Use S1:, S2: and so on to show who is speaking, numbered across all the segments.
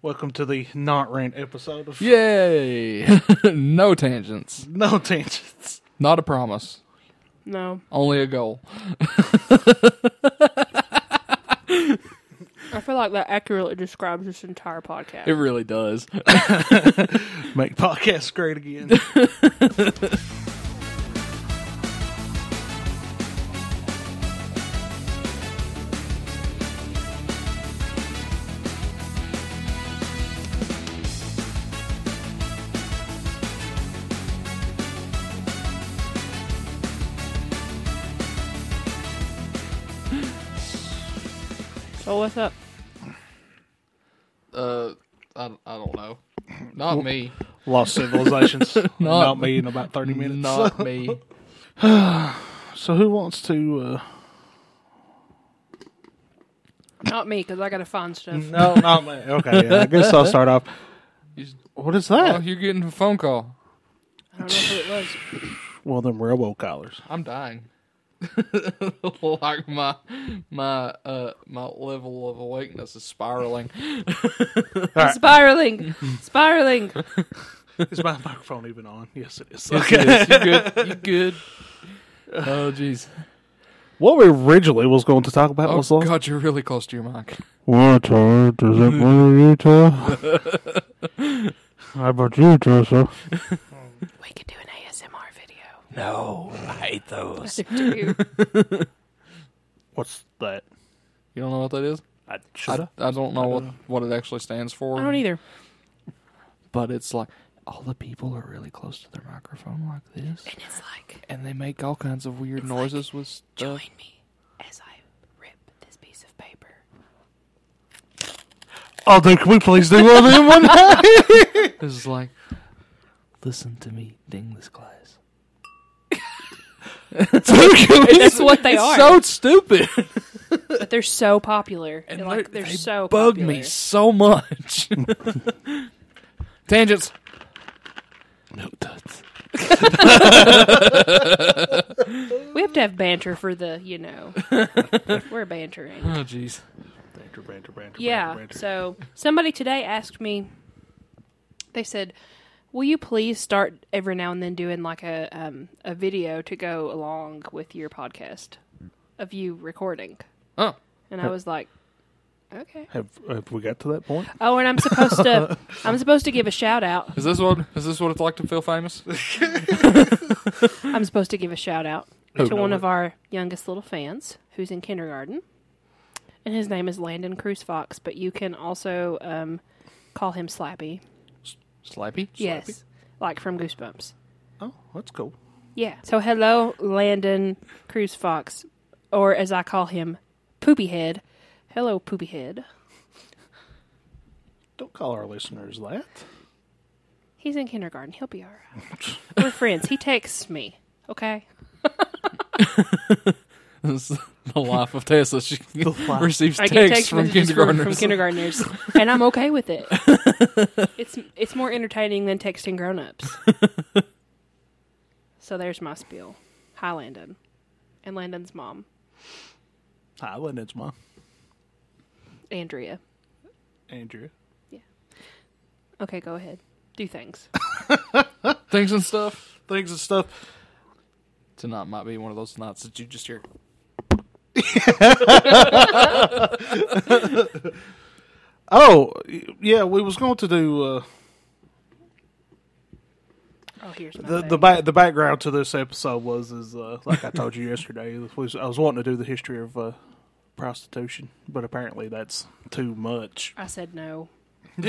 S1: Welcome to the not rant episode of
S2: Yay! no tangents.
S1: No Tangents.
S2: Not a promise.
S3: No,
S2: Only a goal.
S3: I feel like that accurately describes this entire podcast.
S2: It really does.
S1: Make podcasts great again.
S3: so what's up?
S2: Uh, I, I don't know. Not me.
S1: Lost civilizations. not, me in about thirty minutes.
S2: Not me.
S1: So who wants to? Uh,
S3: Not me, because I gotta find stuff.
S1: no, not me. Okay, yeah, I guess I'll start off.
S2: You-
S1: What is
S2: Oh,
S1: that?
S2: you're getting a phone call.
S3: I don't know who it was.
S1: Well, them railroad collars.
S2: I'm dying. like my my uh my level of awakeness is spiraling.
S1: Alright.
S3: Spiraling, spiraling.
S1: Is my microphone even on? Yes, it is.
S2: Yes, yes, you good? You good? Oh jeez.
S1: What we originally was going to talk about
S2: Oh
S1: was lost.
S2: god, you're really close to your mic.
S4: What uh, does it matter, Utah? How about you, Joseph?
S3: We could do an ASMR video.
S2: No, I hate those.
S3: Do
S1: What's that?
S2: You don't know what that is?
S1: I, should
S2: I, I don't know what what it actually stands for.
S3: I don't either.
S2: But it's like all the people are really close to their microphone like this,
S3: And it's like,
S2: and they make all kinds of weird noises with stuff.
S3: join me as I rip this piece of paper.
S4: Oh, then can we please do one in one night?
S2: It's like, listen to me, ding this glass.
S3: That's what they are.
S2: So stupid.
S3: but they're so popular. And like
S2: they
S3: they're so
S2: bug
S3: popular.
S2: me so much. Tangents.
S1: No that's-
S3: We have to have banter for the, you know, we're bantering.
S2: Oh jeez.
S1: Banter, banter, banter.
S3: Yeah.
S1: Banter, banter.
S3: So somebody today asked me. They said, "Will you please start every now and then doing like a um, a video to go along with your podcast of you recording?"
S2: Oh.
S3: And I was like, "Okay."
S1: Have, have we got to that point?
S3: Oh, and I'm supposed to I'm supposed to give a shout out.
S2: Is this what is this what it's like to feel famous?
S3: I'm supposed to give a shout out
S2: Oh,
S3: to one of our youngest little fans who's in kindergarten. And his name is Landon Cruz Fox, but you can also um, call him Slappy.
S2: Slappy?
S3: Yes. Like from Goosebumps.
S1: Oh, that's cool.
S3: Yeah. So hello, Landon Cruz Fox, or as I call him, Poopy Head. Hello, Poopy Head.
S1: Don't call our listeners that.
S3: He's in kindergarten. He'll be all right. We're friends. He texts me. Okay.
S2: This is the life of Tessa. She
S1: life.
S2: receives
S3: I get
S2: texts
S3: text
S2: from
S3: messages from, from
S2: kindergartners.
S3: kindergartners, and I'm okay with it. it's it's more entertaining than texting grown-ups. so there's my spiel. Hi, Landon, and Landon's mom,
S1: Hi, Lynn's mom,
S3: Andrea.
S1: Andrea.
S3: Okay, go ahead. Do things.
S2: Things and stuff.
S1: Things and stuff.
S2: Tonight might be one of those nights that you just hear.
S1: Oh, y- yeah, we was going to do uh,
S3: Oh, here's my
S1: the
S3: thing.
S1: the back the background to this episode was is uh, like I told you yesterday. this Was, I was wanting to do the history of uh, prostitution, but apparently that's too much.
S3: I said no. I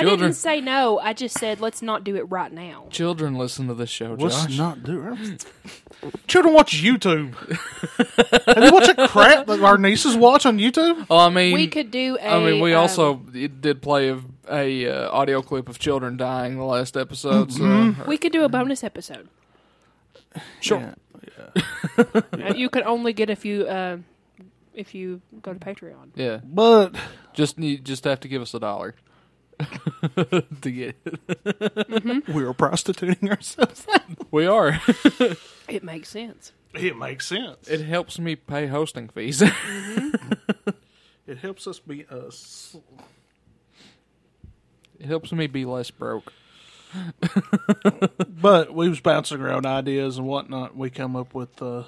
S2: Children.
S3: didn't say no. I just said let's not do it right now.
S2: Children listen to this show,
S1: Let's
S2: Josh.
S1: not do. Children watch YouTube. Have you watched that crap that our nieces watch on YouTube?
S2: Oh, I mean,
S3: We could do a.
S2: I mean, we
S3: um,
S2: also it did play a, a uh, audio clip of children dying the last episode. So
S3: we could do a bonus episode.
S2: sure,
S3: Uh, You could only get a few uh, if you go to Patreon.
S2: yeah.
S1: But
S2: just you just have to give us a dollar to get. It.
S1: we were prostituting ourselves.
S2: We are.
S3: It makes sense.
S1: It makes sense.
S2: It helps me pay hosting fees.
S1: It helps us be us.
S2: helps me be less broke.
S1: But we was bouncing around ideas and whatnot. We come up with uh,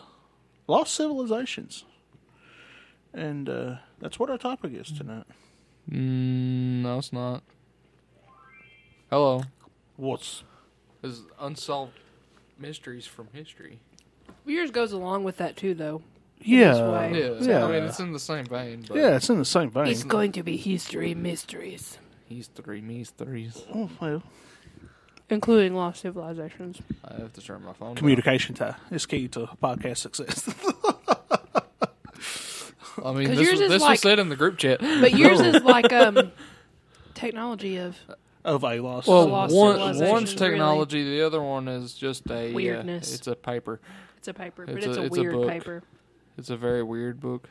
S1: lost civilizations, and uh, that's what our topic is tonight.
S2: Mm, no, it's not. Hello.
S1: What's
S2: Is unsolved mysteries from history.
S3: Yours goes along with that too, though.
S1: yeah,
S3: way.
S2: Yeah,
S1: Yeah.
S2: I mean it's in the same vein. But
S1: yeah? It's in the same vein.
S3: It's going to be history mysteries,
S2: he's three, me's threes.
S1: Oh, well,
S3: including lost civilizations.
S2: I have to turn my phone.
S1: communication tie is key to podcast success.
S2: down. I mean,
S3: 'Cause
S2: this,
S3: yours
S2: was,
S3: is
S2: this
S3: like-
S2: was said in the group chat.
S3: But yours is like um, technology of
S1: of a lost.
S2: Well,
S3: lost
S2: one,
S3: civilizations,
S2: one's
S3: really.
S2: technology, the other one is just a uh,
S3: Weirdness.
S2: it's a paper.
S3: it's a paper, but
S2: It's
S3: it's,
S2: a-
S3: a,
S2: it's a
S3: weird
S2: book.
S3: paper.
S2: It's a very weird book.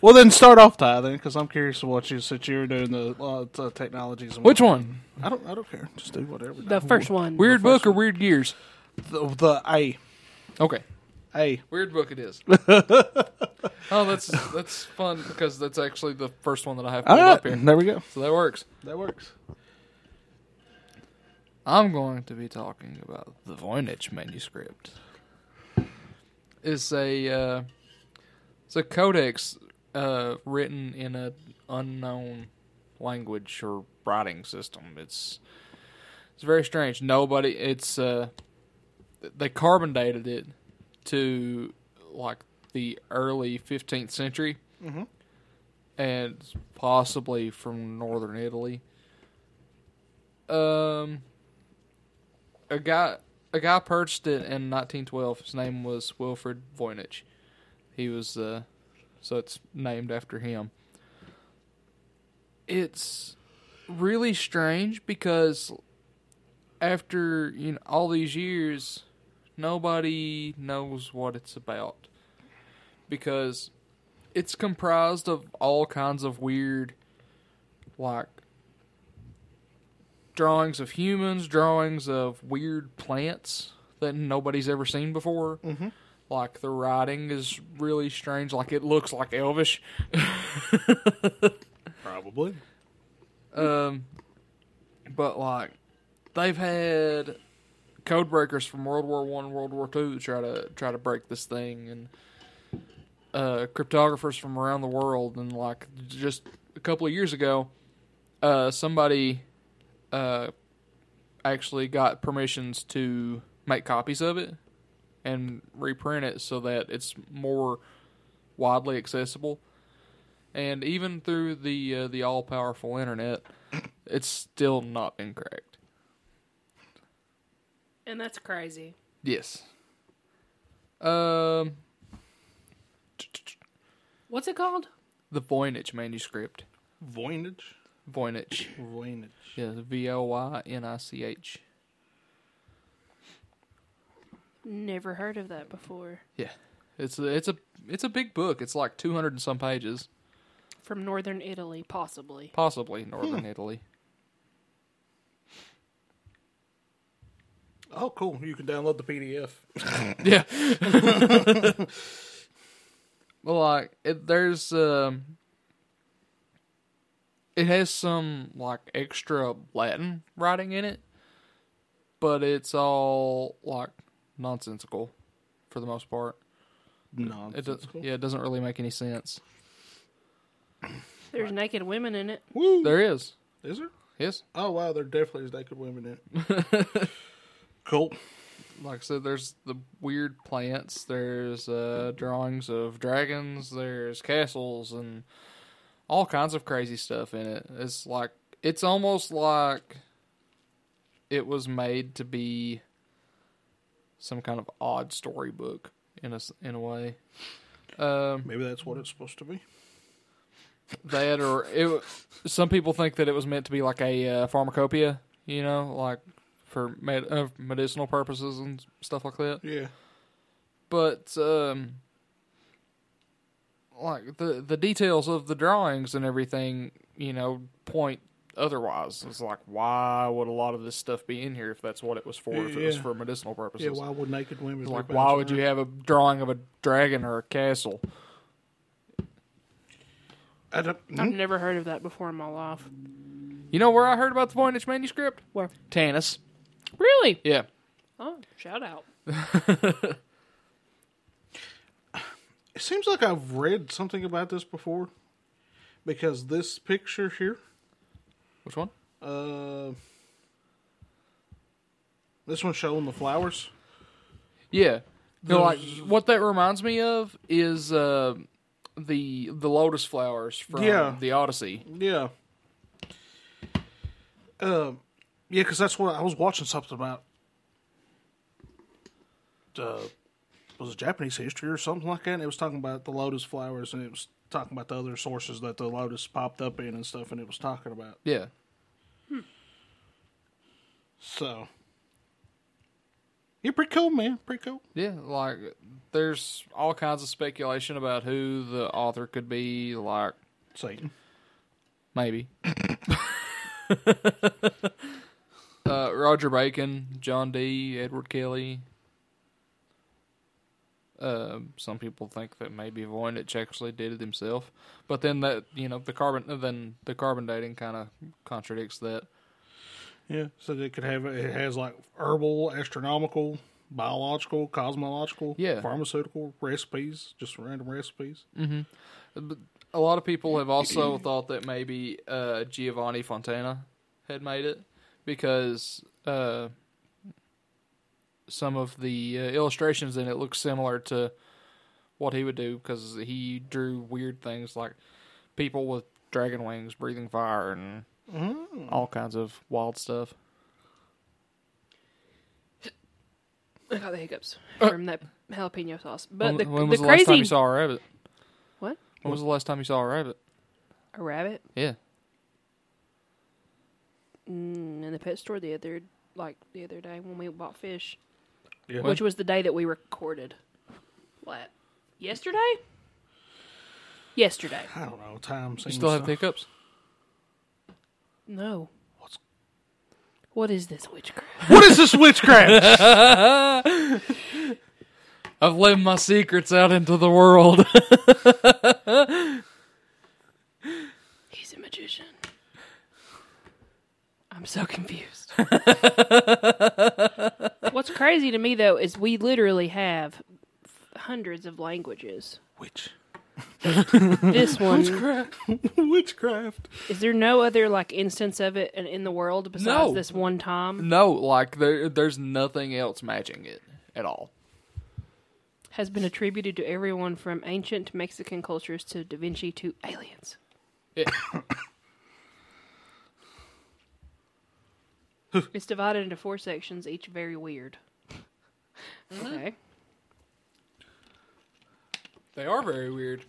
S1: well, then start off, Ty, then, because I'm curious to what you since you're doing the uh, t- technologies. And
S2: Which one?
S1: I don't. I don't care. Just do whatever.
S3: The first one.
S2: Weird book or weird years?
S1: The, the a
S2: Okay,
S1: a.
S2: weird book it is. oh, that's that's fun because that's actually the first one that I have
S1: All
S2: pulled
S1: right,
S2: up here,
S1: there we go.
S2: so that works.
S1: That works.
S2: I'm going to be talking about the Voynich manuscript. It's a uh, it's a codex uh, written in a unknown language or writing system. It's it's very strange. Nobody. It's uh, they carbon dated it to like the early 15th century, and possibly from northern Italy. Um a guy a guy purchased it in 1912. His name was Wilfred Voynich. He was uh, so it's named after him. It's really strange because after you know all these years, nobody knows what it's about because it's comprised of all kinds of weird, like drawings of humans, drawings of weird plants that nobody's ever seen before. Mm-hmm. Like the writing is really strange. Like it looks like Elvish.
S1: Probably.
S2: Um, but like they've had code breakers from World War One, World War Two try to try to break this thing, and uh, cryptographers from around the world. And like just a couple of years ago, uh, somebody uh, actually got permissions to make copies of it and reprint it so that it's more widely accessible and even through the uh, the all powerful internet, it's still not been cracked.
S3: and that's crazy.
S2: Yes. Um,
S3: What's it called?
S2: the Voynich manuscript.
S1: Voynich.
S2: Voynich.
S1: Voynich.
S2: Yeah, V O Y N I C H.
S3: Never heard of that before.
S2: Yeah, it's a, it's a it's a big book. It's like two hundred and some pages,
S3: From northern Italy, possibly.
S2: possibly northern Italy.
S1: Oh, cool. You can download the PDF.
S2: Yeah. well, like it, there's um, it has some like extra Latin writing in it, but it's all like nonsensical for the most part.
S1: No,
S2: It does, yeah, it doesn't really make any sense.
S3: There's naked women in it.
S1: Woo.
S2: There is
S1: Is there?
S2: yes,
S1: Oh wow, there definitely is naked women in it. cool.
S2: like I said, there's the weird plants. There's uh, drawings of dragons. There's castles and all kinds of crazy stuff in it. It's like it's almost like it was made to be some kind of odd storybook in a s- in a way. Um,
S1: Maybe that's what it's supposed to be.
S2: that or it. Some people think that it was meant to be like a uh, pharmacopoeia, you know, like for med- uh, medicinal purposes and stuff like that.
S1: Yeah.
S2: but um like the the details of the drawings and everything you know point otherwise. It's like, why would a lot of this stuff be in here if that's what it was for? If it was
S1: Yeah.
S2: for medicinal purposes,
S1: Yeah, why would naked women?
S2: like, why would you have a drawing of a dragon or a castle?
S1: I don't,
S3: I've never heard of that before in my life.
S2: You know where I heard about the Voynich manuscript?
S3: Where?
S2: Tanis.
S3: Really?
S2: Yeah.
S3: Oh, shout out.
S1: It seems like I've read something about this before, because this picture here,
S2: Which one?
S1: uh, this one showing the flowers.
S2: Yeah. You know, like what that reminds me of is uh, the the lotus flowers from
S1: Yeah.
S2: the Odyssey.
S1: Yeah. Um, yeah, because that's what I was watching something about. Uh, was it Japanese history or something like that? And it was talking about the lotus flowers, and it was talking about the other sources that the lotus popped up in and stuff, and it was talking about.
S2: Yeah.
S1: So, yeah, pretty cool, man. Pretty cool.
S2: Yeah, like there's all kinds of speculation about who the author could be, like
S1: Satan.
S2: maybe. uh, Roger Bacon, John Dee, Edward Kelly. Uh, some people think that maybe Voynich actually did it himself, but then that you know the carbon then the carbon dating kind of contradicts that.
S1: Yeah. So it could have it has like herbal, astronomical, biological, cosmological,
S2: Yeah.
S1: pharmaceutical recipes, just random recipes.
S2: A lot of people have also thought that maybe uh, Giovanni Fontana had made it because uh, some of the uh, illustrations in it look similar to what he would do because he drew weird things like people with dragon wings breathing fire and
S3: Mm.
S2: all kinds of wild stuff.
S3: I got the hiccups from that jalapeno sauce. But
S2: when,
S3: the,
S2: when
S3: the
S2: was the,
S3: crazy
S2: last time you saw a rabbit?
S3: what
S2: When was the last time you saw a rabbit?
S3: a rabbit
S2: Yeah.
S3: mm, in the pet store the other like the other day when we bought fish,
S1: Yeah.
S3: which was the day that we recorded. What? Yesterday? Yesterday?
S1: I don't know. Time
S2: You
S1: seems
S2: still have the hiccups?
S3: No.
S1: What's-
S3: What's what is this witchcraft?
S1: What is this witchcraft?
S2: I've lived my secrets out into the world.
S3: He's a magician. I'm so confused. What's crazy to me though is we literally have hundreds of languages.
S1: Witch.
S3: This one
S1: Witchcraft.
S3: Is there no other like instance of it in, in the world besides
S2: No.
S3: this one time?
S2: No, like there, there's nothing else matching it at all.
S3: Has been attributed to everyone from ancient Mexican cultures to Da Vinci to aliens.
S2: Yeah.
S3: It's divided into four sections, each very weird. Okay.
S2: They are very weird.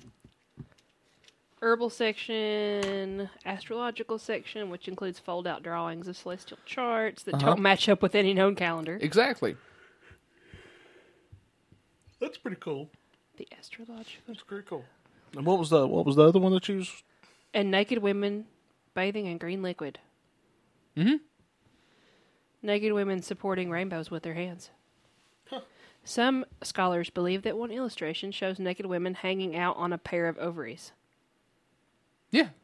S3: Herbal section, astrological section, which includes fold out drawings of celestial charts that
S2: Uh-huh.
S3: don't match up with any known calendar.
S2: Exactly.
S1: That's pretty cool.
S3: The astrological.
S1: That's pretty cool. And what was the what was the other one that you was?
S3: And naked women bathing in green liquid. Mm-hmm. Naked women supporting rainbows with their hands. Some scholars believe that one illustration shows naked women hanging out on a pair of ovaries.
S2: Yeah.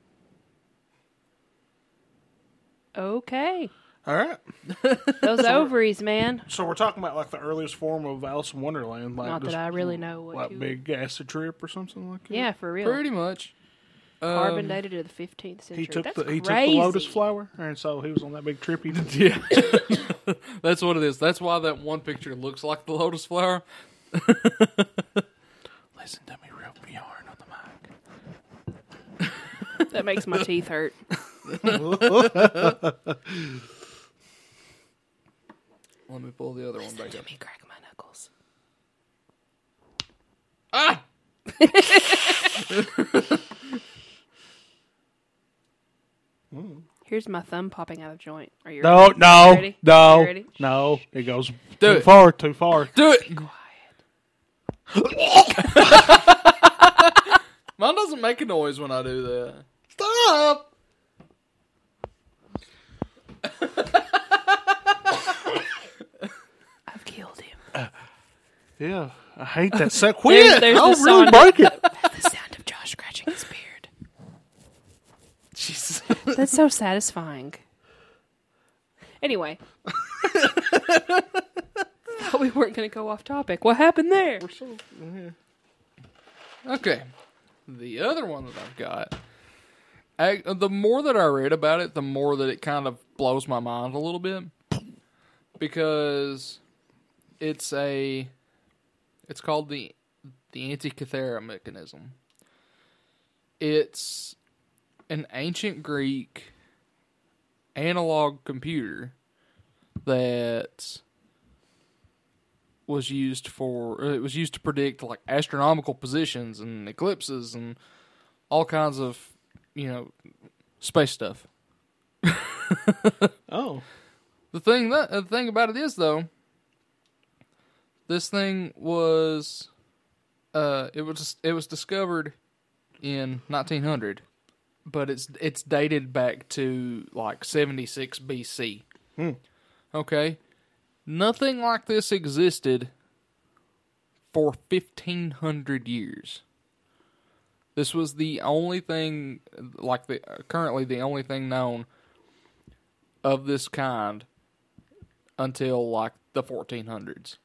S3: Okay.
S1: All right.
S3: Those ovaries, man.
S1: So we're talking about like the earliest form of Alice in Wonderland, like
S3: Not that
S1: just
S3: I really know what
S1: like
S3: you-
S1: big acid trip or something like that.
S3: Yeah, for real.
S2: Pretty much.
S3: Carbon dated to the 15th century.
S1: Um, He took
S3: That's
S1: the he took
S3: crazy.
S1: the lotus flower, and so he was on that big trip. He did.
S2: Yeah. That's what it is. That's why that one picture looks like the lotus flower.
S1: Listen to me, real yarn on the mic.
S3: That makes my teeth hurt.
S2: Let me pull the other one back
S3: Let
S2: up.
S3: me crack my knuckles.
S2: Ah!
S3: Here's my thumb popping out of joint. Are you
S1: No,
S3: ready? You
S1: no,
S3: ready? You
S1: no,
S3: ready?
S1: no. It goes
S2: Do
S1: too
S2: it.
S1: far, too far.
S2: Do it! Mine doesn't make a noise when I do that.
S1: Stop. Yeah, I hate that. So quit.
S3: there's
S1: I'll
S3: the
S1: really
S3: song.
S1: break it.
S3: the sound of Josh scratching his beard.
S2: Jesus.
S3: That's so satisfying. Anyway. Thought we weren't going to go off topic. What happened there?
S2: Okay. The other one that I've got, I, the more that I read about it, the more that it kind of blows my mind a little bit because it's a it's called the the Antikythera mechanism. It's an ancient Greek analog computer that was used for uh, it was used to predict like astronomical positions and eclipses and all kinds of you know space stuff.
S1: Oh,
S2: The thing that the thing about it is though, this thing was uh it was it was discovered in 1900, but it's it's dated back to like 76 BC. Okay, nothing like this existed for 1500 years. This was the only thing, like the currently the only thing known of this kind until like the 1400s.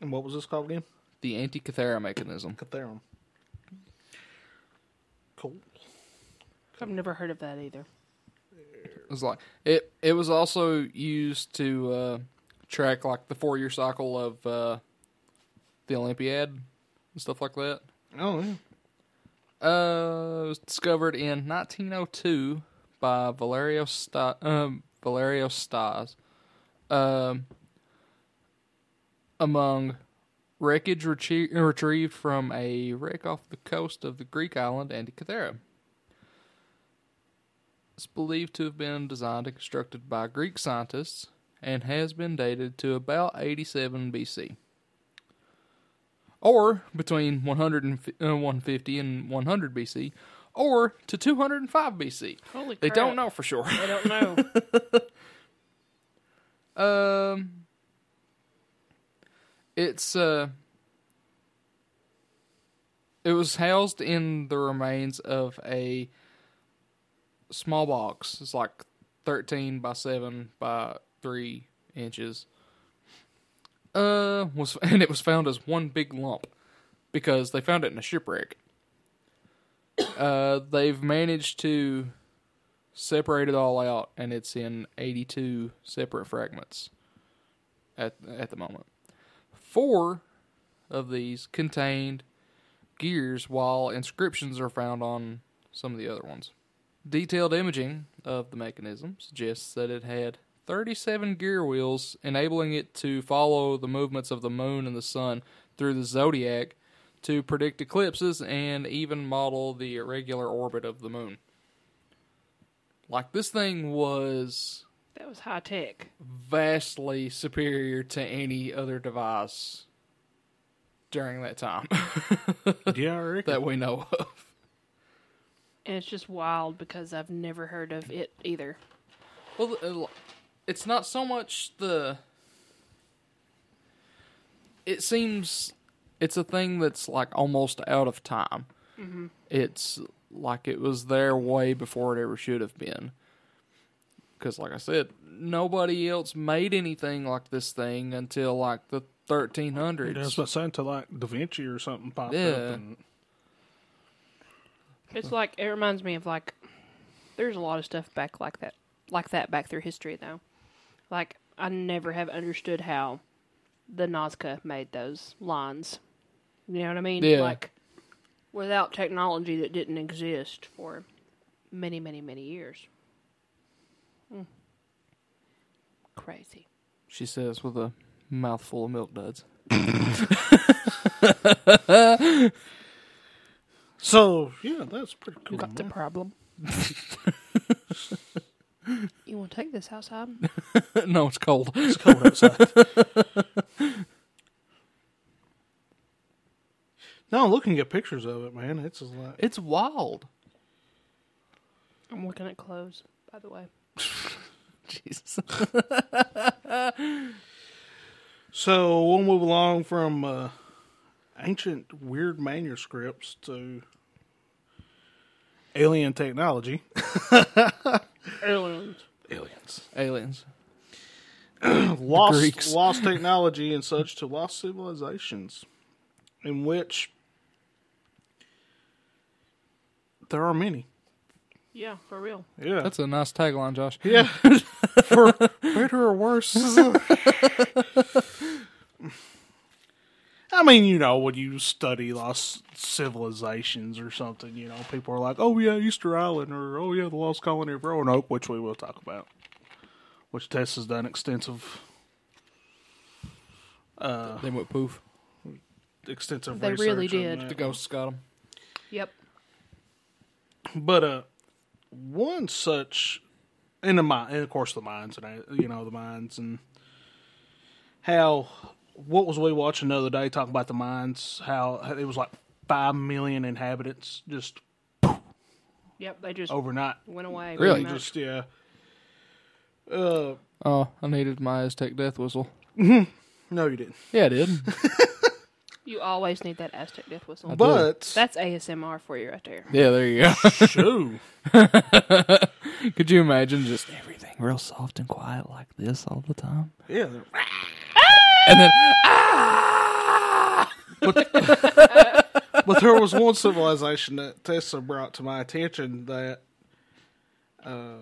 S1: and what was this called again?
S2: The Antikythera mechanism.
S1: Catherum. Cool.
S3: I've never heard of that either.
S2: It was like it. It was also used to uh, track like the four-year cycle of uh, the Olympiad and stuff like that.
S1: Oh yeah.
S2: Uh, it was discovered in 1902 by Valerio Sta- um, Valerio Stas, um, among wreckage retrieved retrieved from a wreck off the coast of the Greek island Antikythera. It's believed to have been designed and constructed by Greek scientists and has been dated to about 87 BC or between 100 and, fi- uh, 150 and 100 BC, or to 205 BC.
S3: Holy
S2: They don't know for sure.
S3: They don't know.
S2: Um, it's uh, it was housed in the remains of a small box. It's like thirteen by seven by three inches. Uh, was and it was found as one big lump because they found it in a shipwreck. Uh, they've managed to separate it all out, and it's in 82 separate fragments at at the moment. Four of these contained gears, while inscriptions are found on some of the other ones. Detailed imaging of the mechanism suggests that it had 37 gear wheels, enabling it to follow the movements of the moon and the sun through the zodiac to predict eclipses and even model the irregular orbit of the moon. Like this thing was
S3: that was high tech.
S2: vastly superior to any other device during that time
S1: Yeah, I reckon.
S2: that we know of.
S3: And it's just wild because I've never heard of it either.
S2: Well, the- uh, l- it's not so much the. It seems it's a thing that's like almost out of time. It's like it was there way before it ever should have been. Because, like I said, nobody else made anything like this thing until like the 1300s.
S1: That's what saying to like Da Vinci or something popped
S2: Yeah.
S1: up. And,
S3: It's like it reminds me of like there's a lot of stuff back like that like that back through history though. Like I never have understood how the Nazca made those lines. You know what I mean?
S2: Yeah.
S3: Like without technology that didn't exist for many, many, many years. Mm. Crazy.
S2: she says with a mouthful of milk duds.
S1: so yeah, that's pretty cool.
S3: Got the
S1: man.
S3: problem. you wanna take this outside?
S2: no, it's cold.
S1: It's cold outside. no, looking at pictures of it, man, it's just like
S2: It's wild.
S3: I'm looking at clothes, by the way.
S2: Jesus.
S1: So we'll move along from uh, ancient weird manuscripts to alien technology.
S3: Aliens.
S1: Aliens.
S2: Aliens.
S1: lost
S2: Greeks.
S1: lost technology and such to lost civilizations, in which there are many.
S3: Yeah, for real.
S1: Yeah,
S2: That's a nice tagline, Josh.
S1: yeah. For better or worse. I mean, you know, when you study lost civilizations or something, you know, people are like, "Oh yeah, Easter Island," or "Oh yeah, the lost colony of Roanoke," which we will talk about. Which Tess has done extensive
S2: They went poof.
S1: extensive
S3: They
S1: research.
S3: really
S1: on
S3: did.
S1: that.
S2: The ghosts got them.
S3: Yep.
S1: But uh, one such, in the mind, and of course the mines, and I- you know the mines, and how what was we watching the other day talking about the mines? How it was like five million inhabitants just
S3: Yep. They just
S1: overnight.
S3: went away.
S2: Really?
S3: pretty much.
S1: Oh. Just yeah. Uh,
S2: Oh, I needed my Aztec death whistle.
S1: no, you didn't.
S2: Yeah, I did.
S3: You always need that Aztec death whistle.
S2: do.
S1: But
S3: That's ASMR for you right there.
S2: yeah, there you go.
S1: shoo,
S2: Could you imagine just everything real soft and quiet like this all the time?
S1: yeah, they're-
S2: And then
S1: but there was one civilization that Tesla brought to my attention that uh,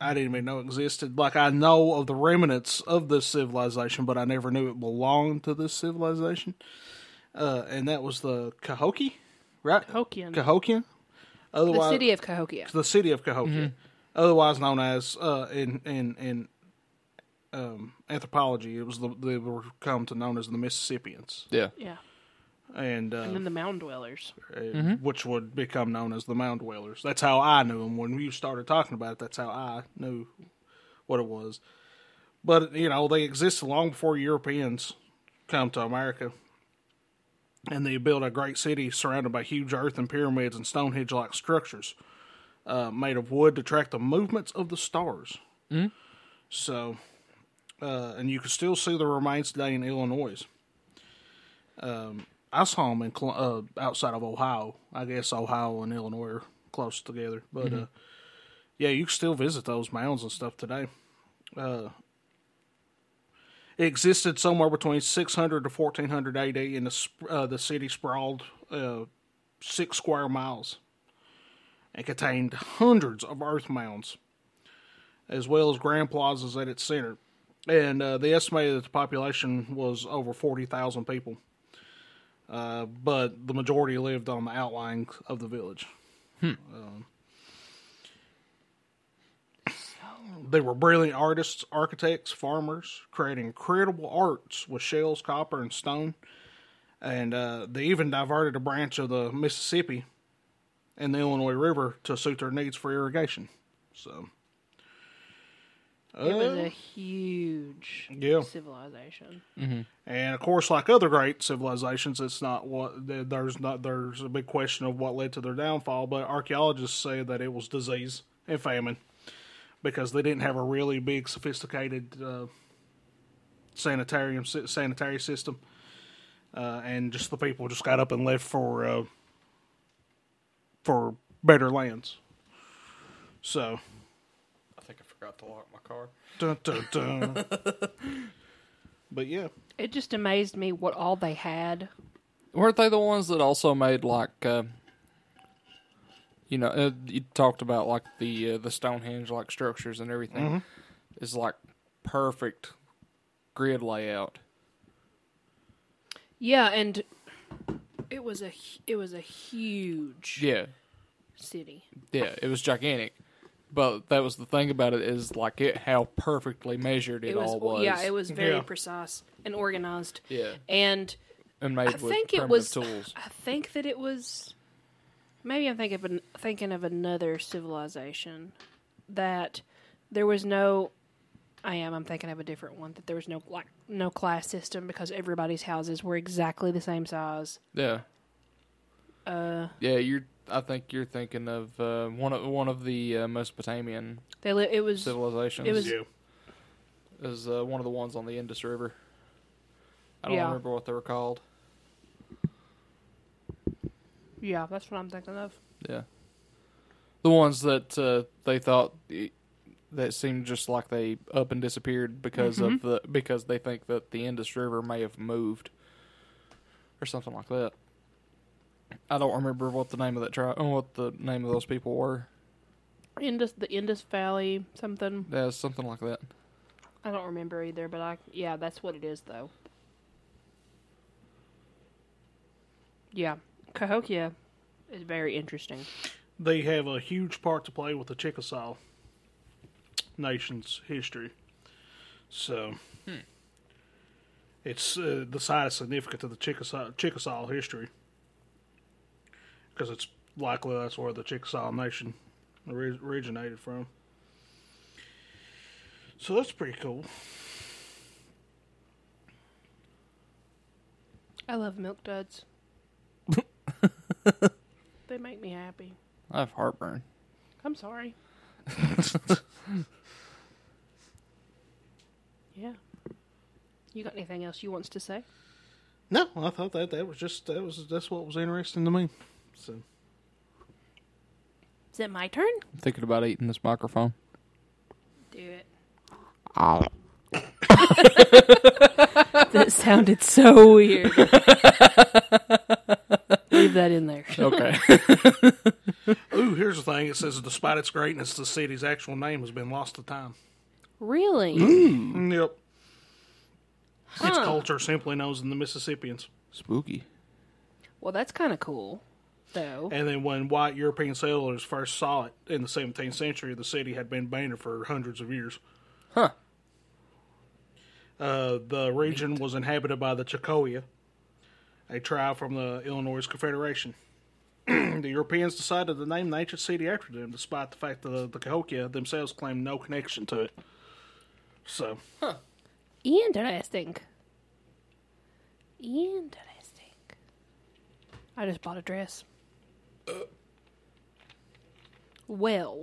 S1: I didn't even know existed. Like I know of the remnants of this civilization, but I never knew it belonged to this civilization. Uh, and that was the Cahokia, right?
S3: Cahokia.
S1: Cahokia.
S3: The
S1: Otherwise,
S3: city of Cahokia.
S1: the city of Cahokia, otherwise known as uh, in in in um, anthropology, it was the, they were come to known as the Mississippians,
S2: yeah,
S3: Yeah.
S1: and uh,
S3: And then the mound dwellers.
S1: uh, which would become known as the Mound Dwellers. That's how I knew them. When you started talking about it, that's how I knew what it was. But you know, they existed long before Europeans come to America, and they built a great city surrounded by huge earthen pyramids and Stonehenge-like structures uh, made of wood to track the movements of the stars. So, uh, and you can still see the remains today in Illinois. I saw them in Col- uh, outside of Ohio. I guess Ohio and Illinois are close together, but uh, yeah, you can still visit those mounds and stuff today. Uh, it existed somewhere between 600 to 1400 AD, and the sp- uh, the city sprawled uh, six square miles and contained hundreds of earth mounds, as well as grand plazas at its center. And uh, they estimated that the population was over 40,000 people uh, but the majority lived on the outlying of the village. Um, they were brilliant artists, architects, farmers, creating incredible arts with shells, copper, and stone. And uh, they even diverted a branch of the Mississippi and the Illinois River to suit their needs for irrigation. So,
S3: It was
S1: uh,
S3: a huge
S1: Yeah.
S3: civilization.
S1: And of course, like other great civilizations, it's not what th- there's not there's a big question of what led to their downfall. But archaeologists say that it was disease and famine because they didn't have a really big, sophisticated uh, sanitarium si- sanitary system, uh, and just the people just got up and left for uh, for better lands. So,
S5: I think I forgot to lock my car.
S1: dun, dun, dun. but yeah,
S3: It just amazed me what all they had.
S2: weren't they the ones that also made like, uh, you know, uh, you talked about like the uh, the Stonehenge like structures and everything is like perfect grid layout.
S3: Yeah, and it was a hu- it was a huge
S2: Yeah,
S3: city.
S2: yeah, it was gigantic. But that was the thing about it is like it how perfectly measured it,
S3: It was,
S2: all was.
S3: yeah, it was very
S1: Yeah.
S3: precise and organized.
S2: Yeah.
S3: and
S2: and made
S3: I
S2: with
S3: think it
S2: primitive
S3: was.
S2: tools.
S3: I think that it was. Maybe I'm thinking of an, thinking of another civilization that there was no. I am. I'm thinking of a different one that there was no like no class system because everybody's houses were exactly the same size.
S2: Yeah. Uh. Yeah, you're. I think you're thinking of uh, one of one of the uh, Mesopotamian
S3: They li- it was
S2: civilizations.
S3: It was-
S1: yeah.
S2: is uh, one of the ones on the Indus River. I don't
S3: Yeah.
S2: remember what they were called.
S3: Yeah, that's what I'm thinking of.
S2: Yeah. The ones that uh, they thought i- that seemed just like they up and disappeared because of the because they think that the Indus River may have moved or something like that. I don't remember what the name of that tribe and what the name of those people were.
S3: Indus, the Indus Valley, something.
S2: Yeah, something like that.
S3: I don't remember either, but I yeah, that's what it is though. Yeah, Cahokia is very interesting.
S1: They have a huge part to play with the Chickasaw nation's history. So it's uh, the site is significant to the Chickasaw Chickasaw history because it's likely that's where the Chickasaw nation ori- originated from. So that's pretty cool.
S3: I love milk duds. they make me happy.
S2: I have heartburn.
S3: I'm sorry. yeah. You got anything else you wants to say?
S1: No, I thought that that was just that was that's what was interesting to me. So
S3: Is it my turn?
S2: I'm thinking about eating this microphone. Ah,
S3: Do it. that sounded so weird. Leave that in there.
S2: Okay.
S1: Ooh, here's the thing. It says, despite its greatness, the city's actual name has been lost to time.
S3: Really?
S1: Yep. Its
S3: Huh.
S1: culture simply knows in the Mississippians.
S2: Spooky.
S3: Well, that's kind of cool, though.
S1: And then when white European settlers first saw it in the 17th century, the city had been abandoned for hundreds of years.
S2: Huh.
S1: Uh, the region was inhabited by the Chocowia, a tribe from the Illinois Confederation. the Europeans decided to name the ancient city after them, despite the fact that the, the Cahokia themselves claimed no connection to it. So,
S3: Interesting. Interesting. I just bought a dress. Well.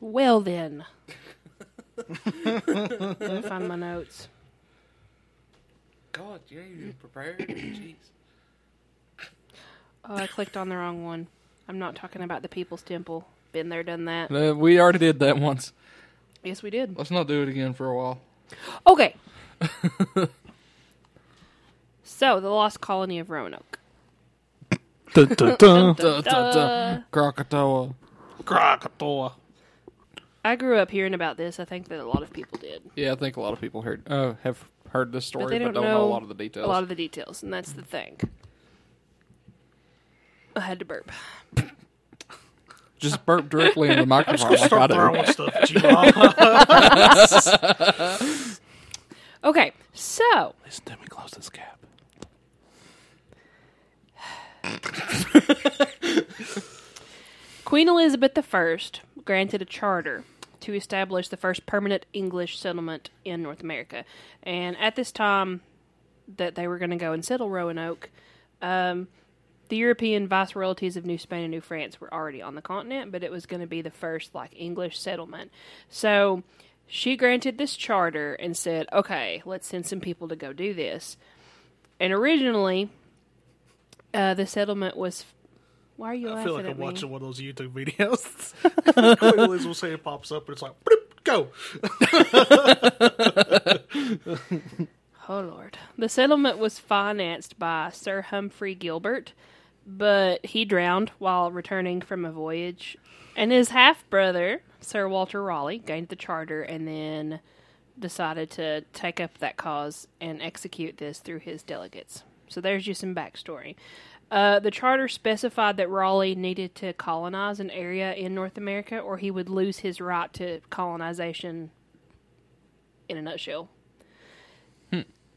S3: Well then. Let me find my notes.
S2: God, you ain't even prepared. Jeez.
S3: Oh, I clicked on the wrong one. I'm not talking about the People's Temple. Been there, done that.
S2: No, we already did that once.
S3: Yes, we did.
S2: Let's not do it again for a while.
S3: Okay. so, the Lost Colony of Roanoke.
S4: Dun, dun, dun.
S2: Duh, duh, duh. Krakatoa.
S1: Krakatoa.
S3: I grew up hearing about this. I think that a lot of people did.
S2: Yeah, I think a lot of people heard uh, have heard this story,
S3: But they don't,
S2: know,
S3: know
S2: a lot of the details.
S3: A lot of the details, and that's the thing. I had to burp.
S2: Just burp directly in the microphone like I
S1: Start
S2: do.
S1: throwing stuff at you, Mama.
S3: Okay, so
S2: Listen to me close this gap.
S3: Queen Elizabeth I granted a charter to establish the first permanent English settlement in North America. And at this time that they were going to go and settle Roanoke, um, the European viceroyalties of New Spain and New France were already on the continent, but it was going to be the first like English settlement. So she granted this charter and said, "Okay, let's send some people to go do this." And originally, uh, the settlement was. Why are you laughing
S1: I feel like
S3: at
S1: I'm
S3: me?
S1: watching one of those YouTube videos. Queen Elizabeth saying pops up and it's like, "Bloop, go.
S3: Oh Lord. The settlement was financed by Sir Humphrey Gilbert, but he drowned while returning from a voyage. And his half brother, Sir Walter Raleigh, gained the charter and then decided to take up that cause and execute this through his delegates. So there's you some backstory. Uh, the charter specified that Raleigh needed to colonize an area in North America or he would lose his right to colonization in a nutshell.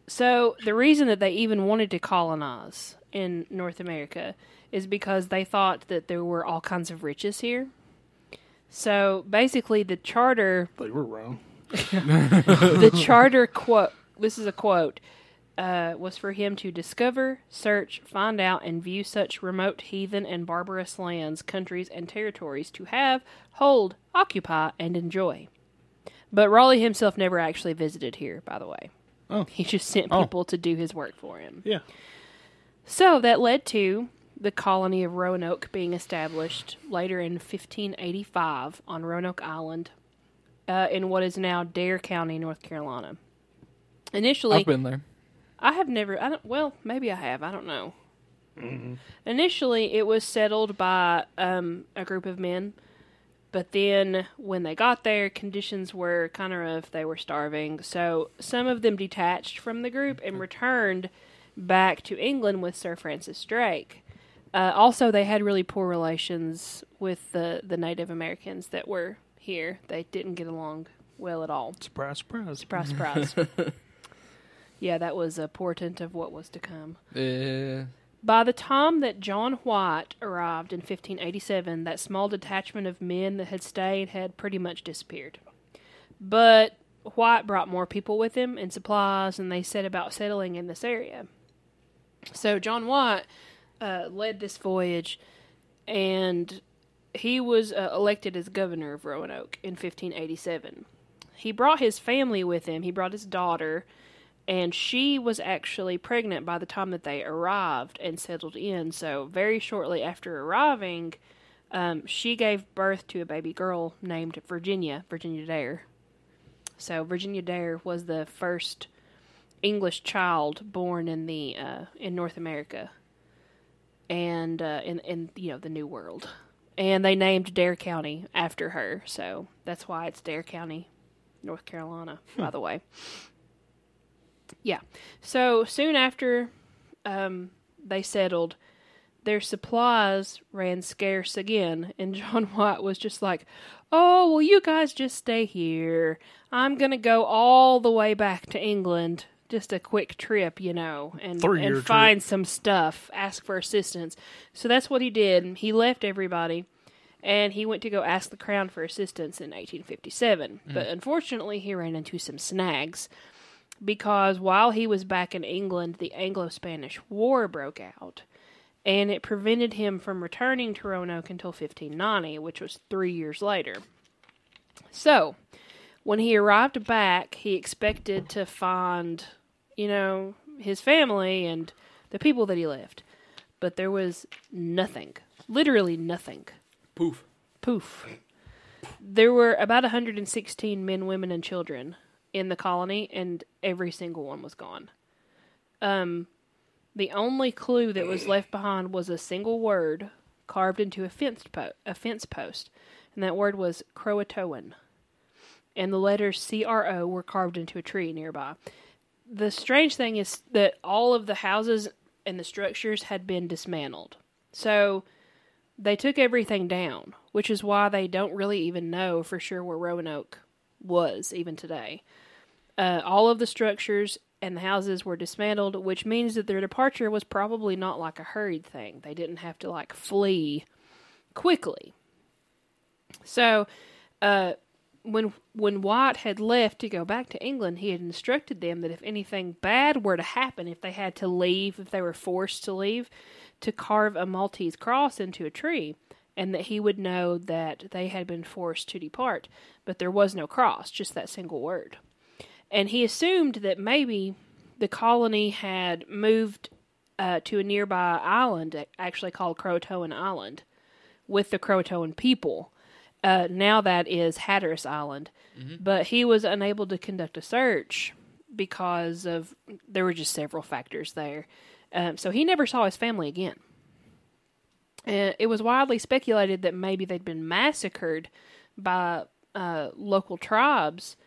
S3: So the reason that they even wanted to colonize in North America is because they thought that there were all kinds of riches here. So basically, the charter,
S1: They were wrong.
S3: the charter quote. This is a quote. Uh, was for him to discover, search, find out, and view such remote heathen and barbarous lands, countries, and territories to have, hold, occupy, and enjoy. But Raleigh himself never actually visited here, by the way.
S1: Oh.
S3: He just sent
S2: Oh.
S3: people to do his work for him.
S1: Yeah.
S3: So that led to the colony of Roanoke being established later in 1585 on Roanoke Island uh, in what is now Dare County, North Carolina. Initially,
S2: I've been there.
S3: I have never. I don't. Well, maybe I have. I don't know. Initially, it was settled by um, a group of men, but then when they got there, conditions were kind of rough. They were starving, so some of them detached from the group and returned back to England with Sir Francis Drake. Uh, also, they had really poor relations with the the Native Americans that were here. They didn't get along well at all.
S1: Surprise, surprise.
S3: Surprise, surprise. yeah, that was a portent of what was to come.
S2: Yeah.
S3: By the time that John White arrived in 1587, that small detachment of men that had stayed had pretty much disappeared. But White brought more people with him and supplies, and they set about settling in this area. So John White uh, led this voyage, and he was uh, elected as governor of Roanoke in 1587. He brought his family with him. He brought his daughter, and she was actually pregnant by the time that they arrived and settled in. So very shortly after arriving, um, she gave birth to a baby girl named Virginia, Virginia Dare. So Virginia Dare was the first English child born in the uh, in North America, and uh, in in you know the New World, and they named Dare County after her. So that's why it's Dare County, North Carolina. By the way. Yeah. So soon after um, they settled, their supplies ran scarce again, and John White was just like, "Oh, well, you guys just stay here. I'm gonna go all the way back to England." Just a quick trip, you know, and,
S1: Three-year
S3: and
S1: trip.
S3: find some stuff, ask for assistance. So that's what he did. He left everybody and he went to go ask the crown for assistance in 1857. But unfortunately, he ran into some snags because while he was back in England, the Anglo Spanish War broke out, and it prevented him from returning to Roanoke until 1590, which was three years later. So, when he arrived back, he expected to find, you know, his family and the people that he left, but there was nothing, literally nothing
S5: Poof.
S3: poof. There were about 116 men, women, and children in the colony, and every single one was gone. Um, the only clue that was left behind was a single word carved into a fenced po- a fence post, and that word was Croatoan. And the letters C R O were carved into a tree nearby. The strange thing is that all of the houses and the structures had been dismantled. So they took everything down, which is why they don't really even know for sure where Roanoke was even today. Uh, all of the structures and the houses were dismantled, which means that their departure was probably not like a hurried thing. They didn't have to like flee quickly. So, uh, when when White had left to go back to England, he had instructed them that if anything bad were to happen, if they had to leave, if they were forced to leave, to carve a Maltese cross into a tree, and that he would know that they had been forced to depart. But there was no cross, just that single word. And he assumed that maybe the colony had moved uh, to a nearby island, actually called Croatoan Island, with the Croatoan people uh, now that is Hatteras Island. But he was unable to conduct a search because of there were just several factors there. Um, so he never saw his family again. And it was widely speculated that maybe they'd been massacred by uh, local tribes,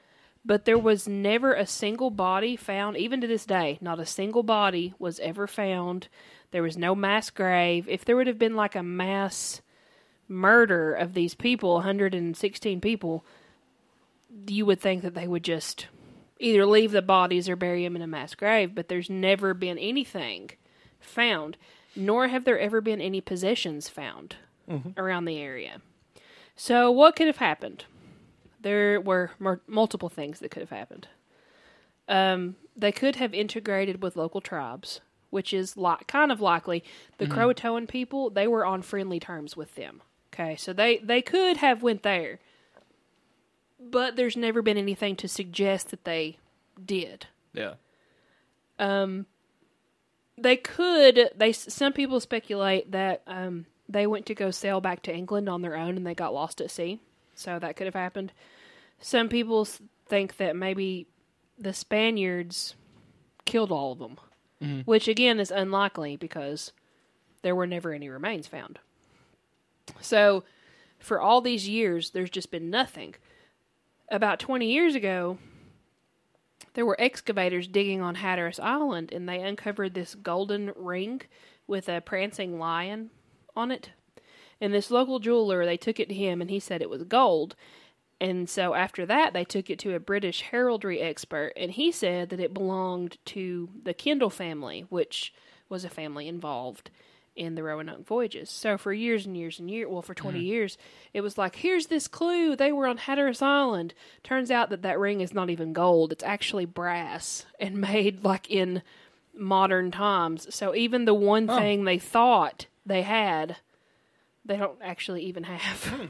S3: but there was never a single body found, even to this day. Not a single body was ever found. There was no mass grave. If there would have been like a mass murder of these people 116 people you would think that they would just either leave the bodies or bury them in a mass grave but there's never been anything found nor have there ever been any possessions found around the area so what could have happened there were mur- multiple things that could have happened um, they could have integrated with local tribes which is li- kind of likely the croatoan people they were on friendly terms with them okay so they they could have went there but there's never been anything to suggest that they did
S2: Yeah.
S3: they could. They some people speculate that um, they went to go sail back to England on their own and they got lost at sea, so that could have happened. Some people s- think that maybe the Spaniards killed all of them, which again is unlikely because there were never any remains found. So, for all these years, there's just been nothing. About 20 years ago, there were excavators digging on Hatteras Island and they uncovered this golden ring with a prancing lion on it. And this local jeweler, they took it to him and he said it was gold. And so after that, they took it to a British heraldry expert and he said that it belonged to the Kendall family, which was a family involved in the Roanoke voyages. So for years and years and years, well, for 20 years, it was like, here's this clue. They were on Hatteras Island. Turns out that that ring is not even gold. It's actually brass and made like in modern times. So even the one thing they thought they had, they don't actually even have.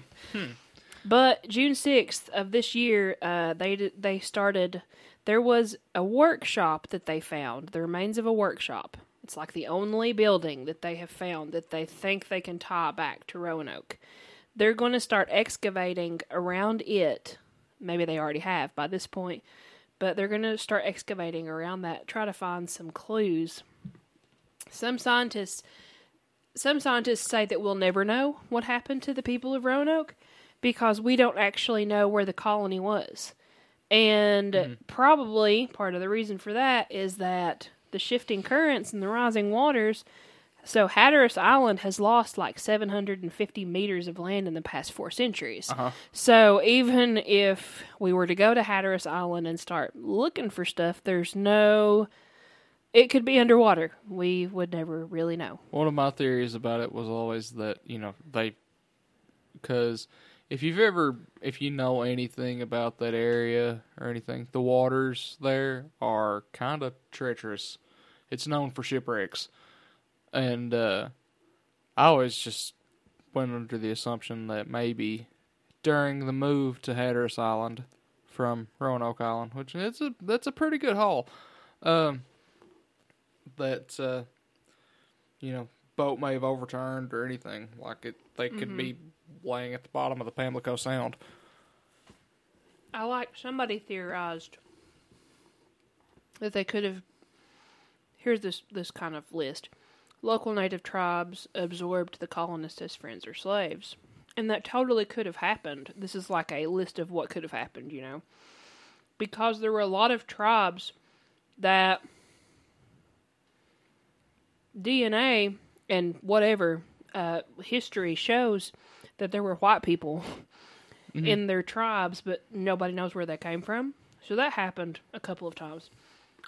S3: But June 6th of this year, uh, they d- they started. There was a workshop that they found, the remains of a workshop. It's like the only building that they have found that they think they can tie back to Roanoke. They're going to start excavating around it. Maybe they already have by this point, but they're going to start excavating around that, try to find some clues. Some scientists some scientists say that we'll never know what happened to the people of Roanoke because we don't actually know where the colony was. And probably part of the reason for that is that the shifting currents and the rising waters. So Hatteras Island has lost like 750 meters of land in the past four centuries. So even if we were to go to Hatteras Island and start looking for stuff, there's no. It could be underwater. We would never really know.
S2: One of my theories about it was always that you know they, because if you've ever if you know anything about that area or anything, the waters there are kind of treacherous. It's known for shipwrecks, and uh, I always just went under the assumption that maybe during the move to Hatteras Island from Roanoke Island, which it's a that's a pretty good haul, um, that. Uh, you know, boat may have overturned or anything. Like it, they could
S3: Mm-hmm.
S2: be laying at the bottom of the Pamlico Sound.
S3: I like somebody theorized that they could have. Here's this this kind of list: local native tribes absorbed the colonists as friends or slaves, and that totally could have happened. This is like a list of what could have happened, you know, because there were a lot of tribes that DNA and whatever uh, history shows that there were white people in their tribes, but nobody knows where they came from. So that happened a couple of times.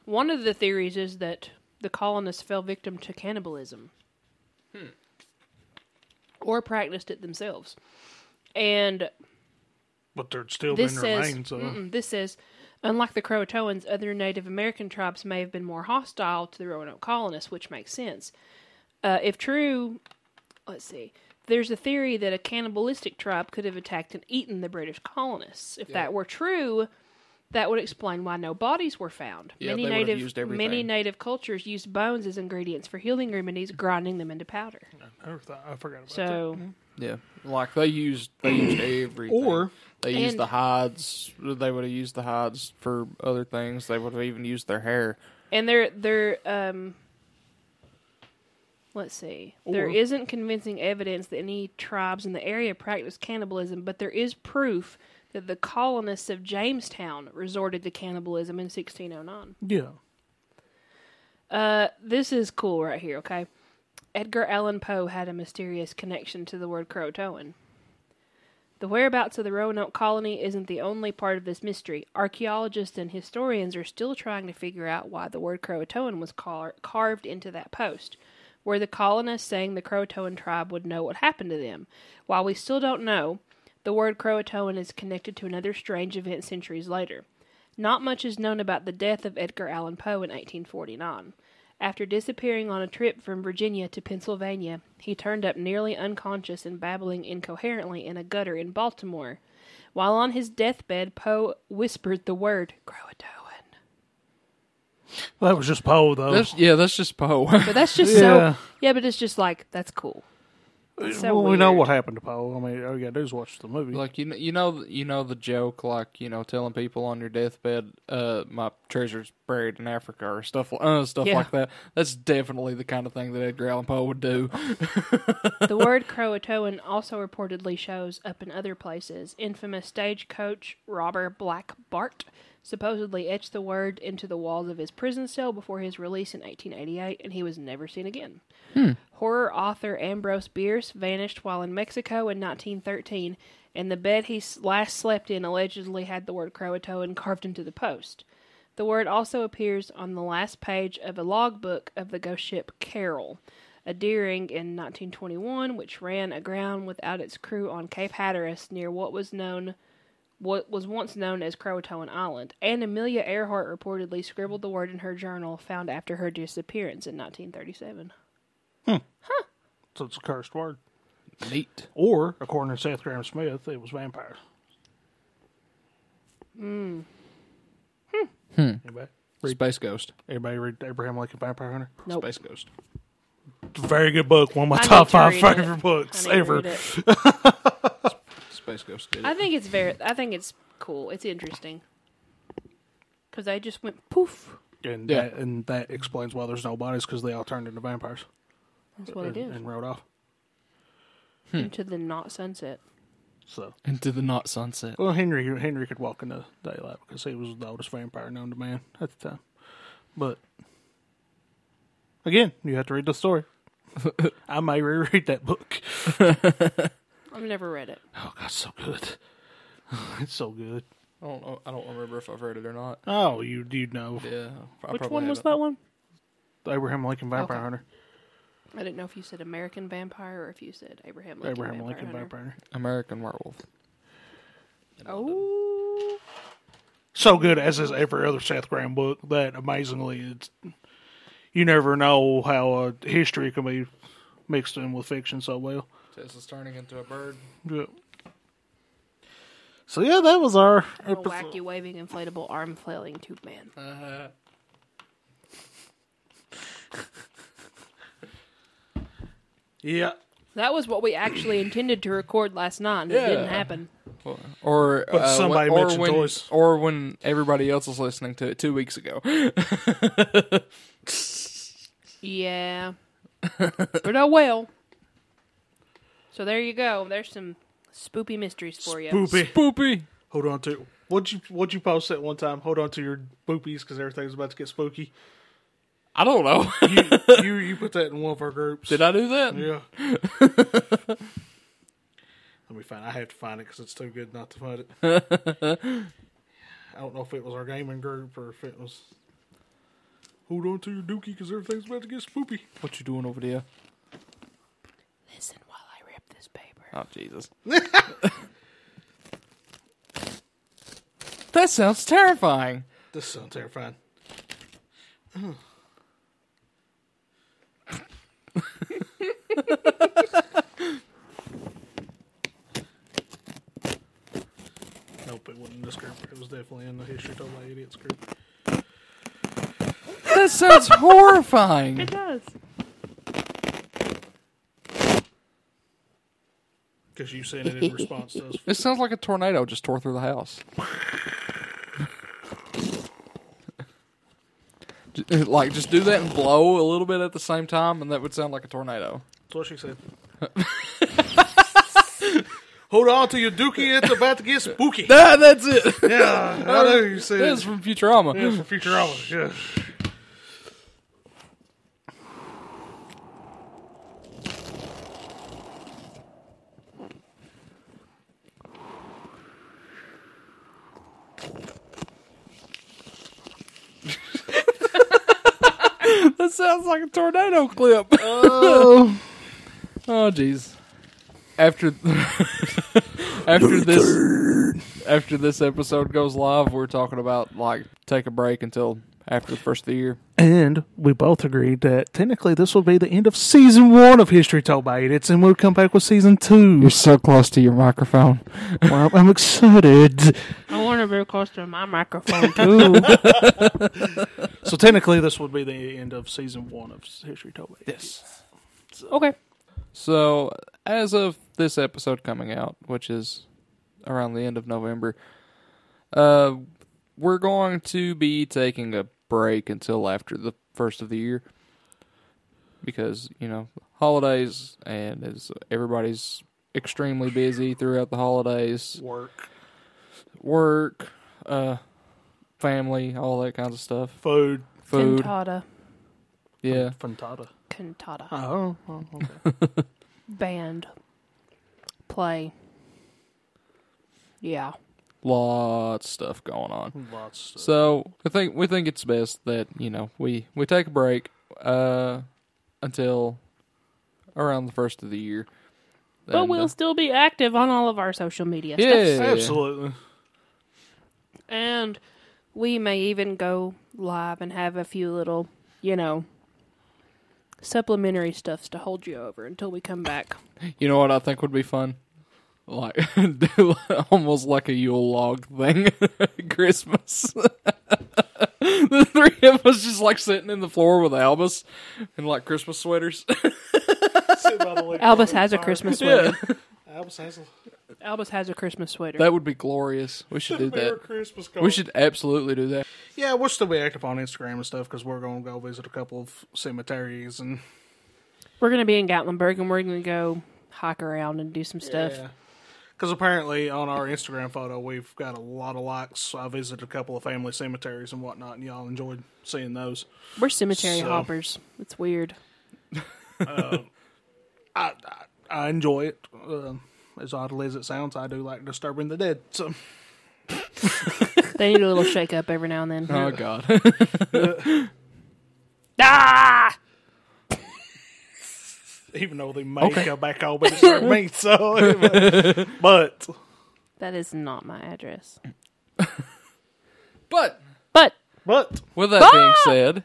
S3: One of the theories is that the colonists fell victim to cannibalism or practiced it themselves. And
S1: But there'd still
S3: this
S1: been
S3: says,
S2: uh.
S1: remains of.
S3: mm-mm, this says, unlike the Croatoans, other Native American tribes may have been more hostile to the Roanoke colonists, which makes sense. Uh, if true, let's see. There's a theory that a cannibalistic tribe could have attacked and eaten the British colonists. If that were true, that would explain why no bodies were found.
S2: Yeah,
S3: many
S2: they would have
S3: native
S2: used
S3: many
S2: everything.
S3: native cultures used bones as ingredients for healing remedies, grinding them into powder.
S1: I thought- I forgot about that.
S3: So
S2: Yeah, like they used they used everything.
S1: Or-
S2: they used
S3: And-
S2: the hides. They would have used the hides for other things. They would have even used their hair.
S3: And there, there, um, let's see. there
S1: Or-
S3: isn't convincing evidence that any tribes in the area practiced cannibalism, but there is proof that the colonists of Jamestown resorted to cannibalism in 1609.
S1: Yeah.
S3: Uh, this is cool right here, okay? Edgar Allan Poe had a mysterious connection to the word Croatoan. The whereabouts of the Roanoke colony isn't the only part of this mystery. Archaeologists and historians are still trying to figure out why the word Croatoan was car- carved into that post. Were the colonists saying the Croatoan tribe would know what happened to them? While we still don't know, the word Croatoan is connected to another strange event centuries later. Not much is known about the death of Edgar Allan Poe in 1849. After disappearing on a trip from Virginia to Pennsylvania, he turned up nearly unconscious and babbling incoherently in a gutter in Baltimore. While on his deathbed, Poe whispered the word Croatoan.
S1: That was just Poe, though.
S2: That's, yeah, that's just Poe.
S3: But that's just
S1: Yeah.
S3: so. Yeah, but it's just like that's cool. It's so
S1: well, we know
S3: weird.
S1: what happened to Poe. I mean, all you gotta do is watch the movie.
S2: like you, kn- you know, you know the joke, like you know, telling people on your deathbed, "Uh, my treasure's buried in Africa" or stuff, li- uh, stuff
S3: Yeah.
S2: like that. That's definitely the kind of thing that Edgar Allan Poe would do.
S3: the word Croatoan also reportedly shows up in other places. Infamous stagecoach robber Black Bart supposedly etched the word into the walls of his prison cell before his release in 1888, and he was never seen again. Horror author Ambrose Bierce vanished while in Mexico in 1913, and the bed he s- last slept in allegedly had the word Croatoan carved into the post. The word also appears on the last page of a logbook of the ghost ship Carol, a Deering in 1921, which ran aground without its crew on Cape Hatteras near what was known what was once known as Croatoan Island, and Amelia Earhart reportedly scribbled the word in her journal found after her disappearance in 1937.
S1: So it's a cursed word.
S2: Neat.
S1: Or, according to Seth Graham Smith, it was vampires. Hmm. Anybody,
S2: Space Ghost.
S1: anybody read Abraham Lincoln Vampire Hunter?
S3: Nope.
S2: Space Ghost.
S1: It's a very good book. One of my
S3: I need
S1: top
S3: to
S1: five
S3: read
S1: favorite
S3: it.
S1: books
S3: I need to
S1: ever.
S3: read it.
S2: Space Ghost did it.
S3: I think it's very. I think it's cool. It's interesting because I just went poof.
S1: And,
S2: Yeah.
S1: that, and that explains why there's no bodies because they all turned into vampires
S3: That's what
S1: and,
S3: it is.
S1: and rode off.
S2: Hmm.
S3: Into the not sunset.
S1: So,
S2: Into the not sunset.
S1: well, Henry Henry could walk in the daylight because he was the oldest vampire known to man at the time. But again, you have to read the story. I may reread that book.
S3: I've never read it.
S1: Oh God, so good. it's so good.
S2: I don't know. I don't remember if I've read it or not.
S1: Oh, you you know
S2: Yeah. I
S3: Which
S2: probably
S3: one was
S2: haven't.
S3: that one?
S1: Abraham Lincoln Vampire
S3: Okay.
S1: Hunter.
S3: I didn't know if you said American Vampire or if you said Abraham Lincoln.
S1: Abraham
S3: vampire
S1: Lincoln
S3: Hunter.
S1: Vampire Hunter.
S2: American Werewolf.
S3: Oh,
S1: So good as is every other Seth Graham book. That amazingly, it's you never know how uh, history can be mixed in with fiction so well.
S2: Tesla's turning into a bird.
S1: Yeah. So yeah, that was our
S3: I'm a
S1: episode.
S3: wacky waving inflatable arm flailing tube man.
S1: Yeah.
S3: That was what we actually intended to record last night. and It didn't
S2: Yeah.
S3: happen.
S2: Or
S1: But
S2: uh, when-
S1: somebody
S2: or
S1: mentioned
S2: when,
S1: toys.
S2: or when everybody else was listening to it two weeks ago.
S3: Yeah, but oh well. So there you go. There's some spoopy mysteries for you.
S1: Boopy.
S2: Boopy.
S1: Hold on to what'd you what'd you post that one time? Hold on to your boopies because everything's about to get spooky.
S2: I don't know.
S1: You, you you put that in one of our groups.
S2: Did I do that?
S1: Yeah. Let me find. I have to find it because it's too good not to find it. I don't know if it was our gaming group or if it was. Hold on to your dookie because everything's about to get spoopy.
S2: What you doing over there?
S3: Listen while I rip this paper.
S2: Oh Jesus. that sounds terrifying.
S1: This sounds terrifying. nope, it wasn't in this group. It was definitely in the History Told by Idiots group.
S2: That sounds horrifying.
S3: It does.
S1: Because you sent it in response to us.
S2: It sounds like a tornado just tore through the house. J- like just do that and blow a little bit at the same time, and that would sound like a tornado.
S1: That's what she said. Hold on to your dookie. It's about to get spooky.
S2: Ah, that's it.
S1: yeah, I know you said
S2: That is from Futurama.
S1: Yes, for Futurama. Yes.
S2: That sounds like a tornado clip. oh, jeez. After after this after this episode goes live, we're talking about like take a break until after the first of the year.
S1: And we both agreed that technically this will be the end of season one of History Told by Idiots, and we'll come back with season two.
S2: You're so close to your microphone.
S1: Well, I'm excited.
S3: I want to be close to my microphone too.
S1: So technically, this would be the end of season one of History Told by Idiots. Yes.
S3: okay.
S2: So, as of this episode coming out, which is around the end of November, uh, we're going to be taking a break until after the first of the year because you know holidays and as everybody's extremely busy throughout the holidays,
S1: Work,
S2: work, uh, family, all that kinds of stuff,
S1: food,
S2: food,
S3: Cantata.
S2: yeah.
S1: Fantata.
S3: Cantata.
S1: Oh, oh, okay.
S3: Band. Play. Yeah.
S2: lots of stuff going on.
S1: Lots. Of stuff.
S2: So I think we think it's best that you know we we take a break uh, until around the first of the year.
S3: But
S2: And,
S3: we'll
S2: uh,
S3: still be active on all of our social media
S2: Yeah.
S3: stuff.
S1: Absolutely.
S3: And we may even go live and have a few little, you know, supplementary stuffs to hold you over until we come back.
S2: you know what I think would be fun, like do almost like a Yule log thing, Christmas. the three of us just like sitting in the floor with Albus in like Christmas sweaters.
S3: Albus has a Christmas sweater.
S1: Albus has a
S3: Albus has a Christmas sweater.
S2: that would be glorious. We should do
S1: Merry
S2: that.
S1: Christmas
S2: We should absolutely do that.
S1: Yeah, we'll still be active on Instagram and stuff because we're going to go visit a couple of cemeteries and
S3: we're going to be in Gatlinburg and we're going to go hike around and do some stuff.
S1: Because apparently on our Instagram photo, we've got a lot of likes. So I visited a couple of family cemeteries and whatnot, and y'all enjoyed seeing those.
S3: We're cemetery
S1: So-
S3: hoppers. It's weird.
S1: I I, I enjoy it. Uh, as oddly as it sounds, I do like disturbing the dead. So
S3: They need a little shake up every now and then.
S2: Oh God.
S3: Ah!
S1: even though they may go back home and disturb me, so but
S3: That is not my address.
S2: but
S3: But
S1: but
S2: with
S3: Ah!
S2: that being said,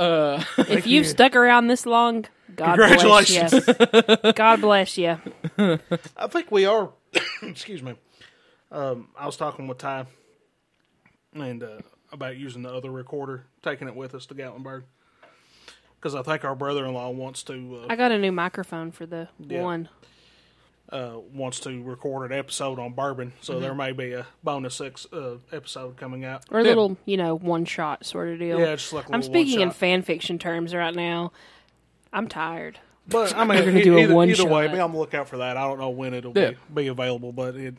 S2: uh,
S3: if you've stuck around this long, God
S1: Congratulations.
S3: bless you. God bless you.
S1: I think we are. excuse me. Um, I was talking with Ty and uh, about using the other recorder, taking it with us to Gatlinburg because I think our brother-in-law wants to uh,
S3: I got a new microphone for the
S1: Yeah.
S3: one.
S1: uh, uh, wants to record an episode on bourbon, so
S3: Mm-hmm.
S1: there may be a bonus ex- uh, episode coming out.
S3: Or a little, you know, one shot sort of deal.
S1: Yeah, just like a
S3: I'm
S1: little
S3: speaking in
S1: one-shot.
S3: fan fiction terms right now. I'm tired.
S1: but I mean, we're
S3: gonna do a
S1: either,
S3: one
S1: either way,
S3: shot.
S1: be on the lookout for that. I don't know when it'll
S2: Yeah.
S1: be, be available, but it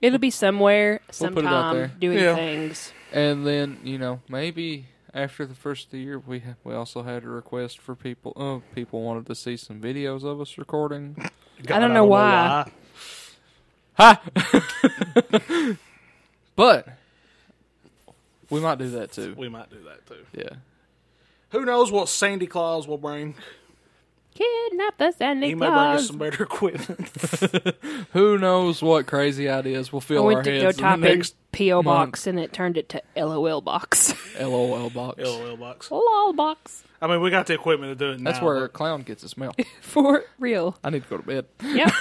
S3: It'll be somewhere,
S2: We'll
S3: sometime,
S2: put it out there.
S3: doing
S1: Yeah.
S3: things.
S2: and then you know maybe after the first of the year we ha- we also had a request for people. Oh, people wanted to see some videos of us recording.
S1: God,
S3: know why.
S2: ha! but we might do that too.
S1: we might do that too.
S2: Yeah.
S1: Who knows what Sandy Claus will bring?
S3: Kidnap the Santa
S1: He may bring us
S3: Claus.
S1: some better equipment.
S2: Who knows what crazy ideas will
S3: I
S2: fill our
S3: went to go
S2: heads in the
S3: type in
S2: next
S3: P.O.
S2: month.
S3: Box and it turned it to LOL Box.
S2: LOL box.
S1: LOL box.
S3: LOL Box.
S1: I mean, we got the equipment to do it. Now,
S2: That's where a clown gets his smell.
S3: For real.
S2: I need to go to bed.
S3: Yep.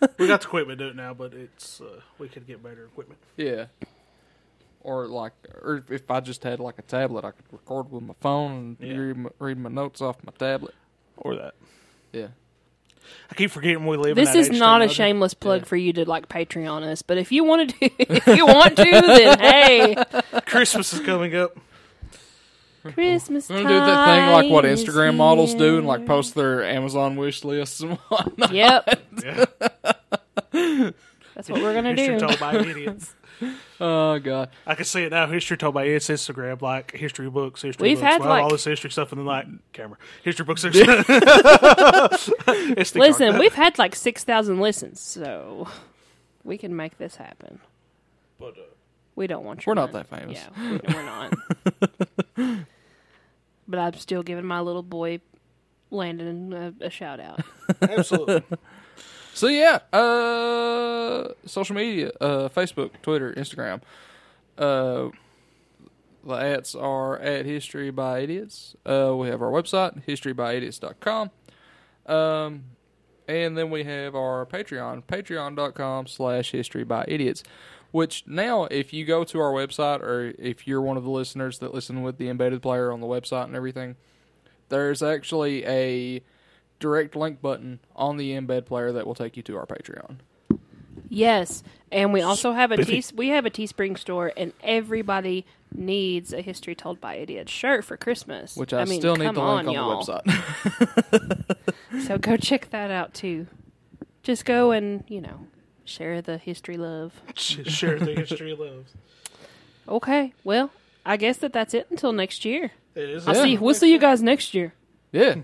S1: but we got the equipment to do it now, but it's uh, we could get better equipment.
S2: Yeah. Or like, or if I just had like a tablet, I could record with my phone and
S1: Yeah.
S2: read, my, read my notes off my tablet.
S1: Or that.
S2: Yeah.
S1: I keep forgetting we live.
S3: this
S1: in that
S3: is
S1: age
S3: not a
S1: technology.
S3: shameless plug for you to like Patreon us, but if you want to, do, if you want to, then hey,
S1: Christmas is coming up.
S3: Christmas
S2: We're
S3: time.
S2: gonna do that thing like what
S3: is
S2: Instagram models do and like
S3: here.
S2: post their Amazon wish lists and whatnot.
S3: Yep,
S1: Yeah.
S3: that's what we're gonna
S1: History
S3: do.
S1: told by idiots.
S2: Oh god.
S1: I can see it now. History told by idiots. Instagram, like history books, history
S3: We've
S1: books.
S3: had,
S1: We'll have
S3: like-
S1: all this history stuff, and then like camera, history books. history- SD card.
S3: Listen, we've had like six thousand listens, so we can make this happen.
S1: But, uh,
S3: We don't want your
S2: We're not
S3: money.
S2: that famous.
S3: Yeah, we- we're not. but I'm still giving my little boy Landon a, a shout out.
S1: Absolutely.
S2: So yeah, uh, social media, uh, Facebook, Twitter, Instagram. Uh, The ads are at History by Idiots. Uh, we have our website, historybyidiots.com. Um, and then we have our Patreon, patreon.com slash history by idiots. Which now, if you go to our website, or if you're one of the listeners that listen with the embedded player on the website and everything, there's actually a direct link button on the embed player that will take you to our Patreon.
S3: Yes, and we also have a tea- we have a Teespring store, and everybody needs a history told by idiots shirt for Christmas.
S2: Which I,
S3: mean,
S2: still need
S3: come
S2: the link on,
S3: y'all.
S2: the website.
S3: So go check that out too. Just go and you know share the history love.
S1: Share the history loves.
S3: Okay, well I guess that that's it until next year.
S1: It is.
S3: I'll
S2: Yeah.
S3: see. We'll see you guys next year.
S2: yeah.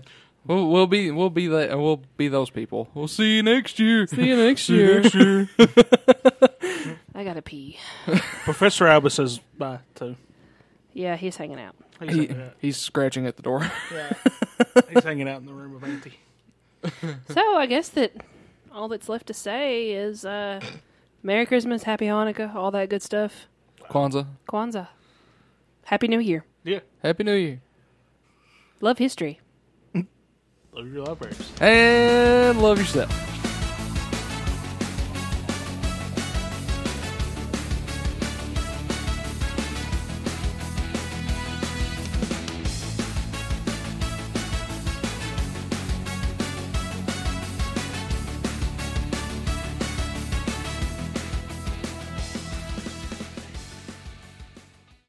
S2: We'll, we'll be we'll be that we'll be those people. We'll see you next year.
S3: See you next year. I gotta pee.
S1: Professor Alba says bye too.
S3: Yeah, he's hanging out.
S1: He's,
S2: He,
S1: hanging out.
S2: he's scratching at the door.
S1: Yeah. He's hanging out in the room of Auntie.
S3: So I guess that all that's left to say is uh, Merry Christmas, Happy Hanukkah, all that good stuff.
S2: Kwanzaa.
S3: Kwanzaa. Happy New Year.
S1: Yeah.
S2: Happy New Year.
S3: Love history.
S1: Love your libraries.
S2: And love yourself.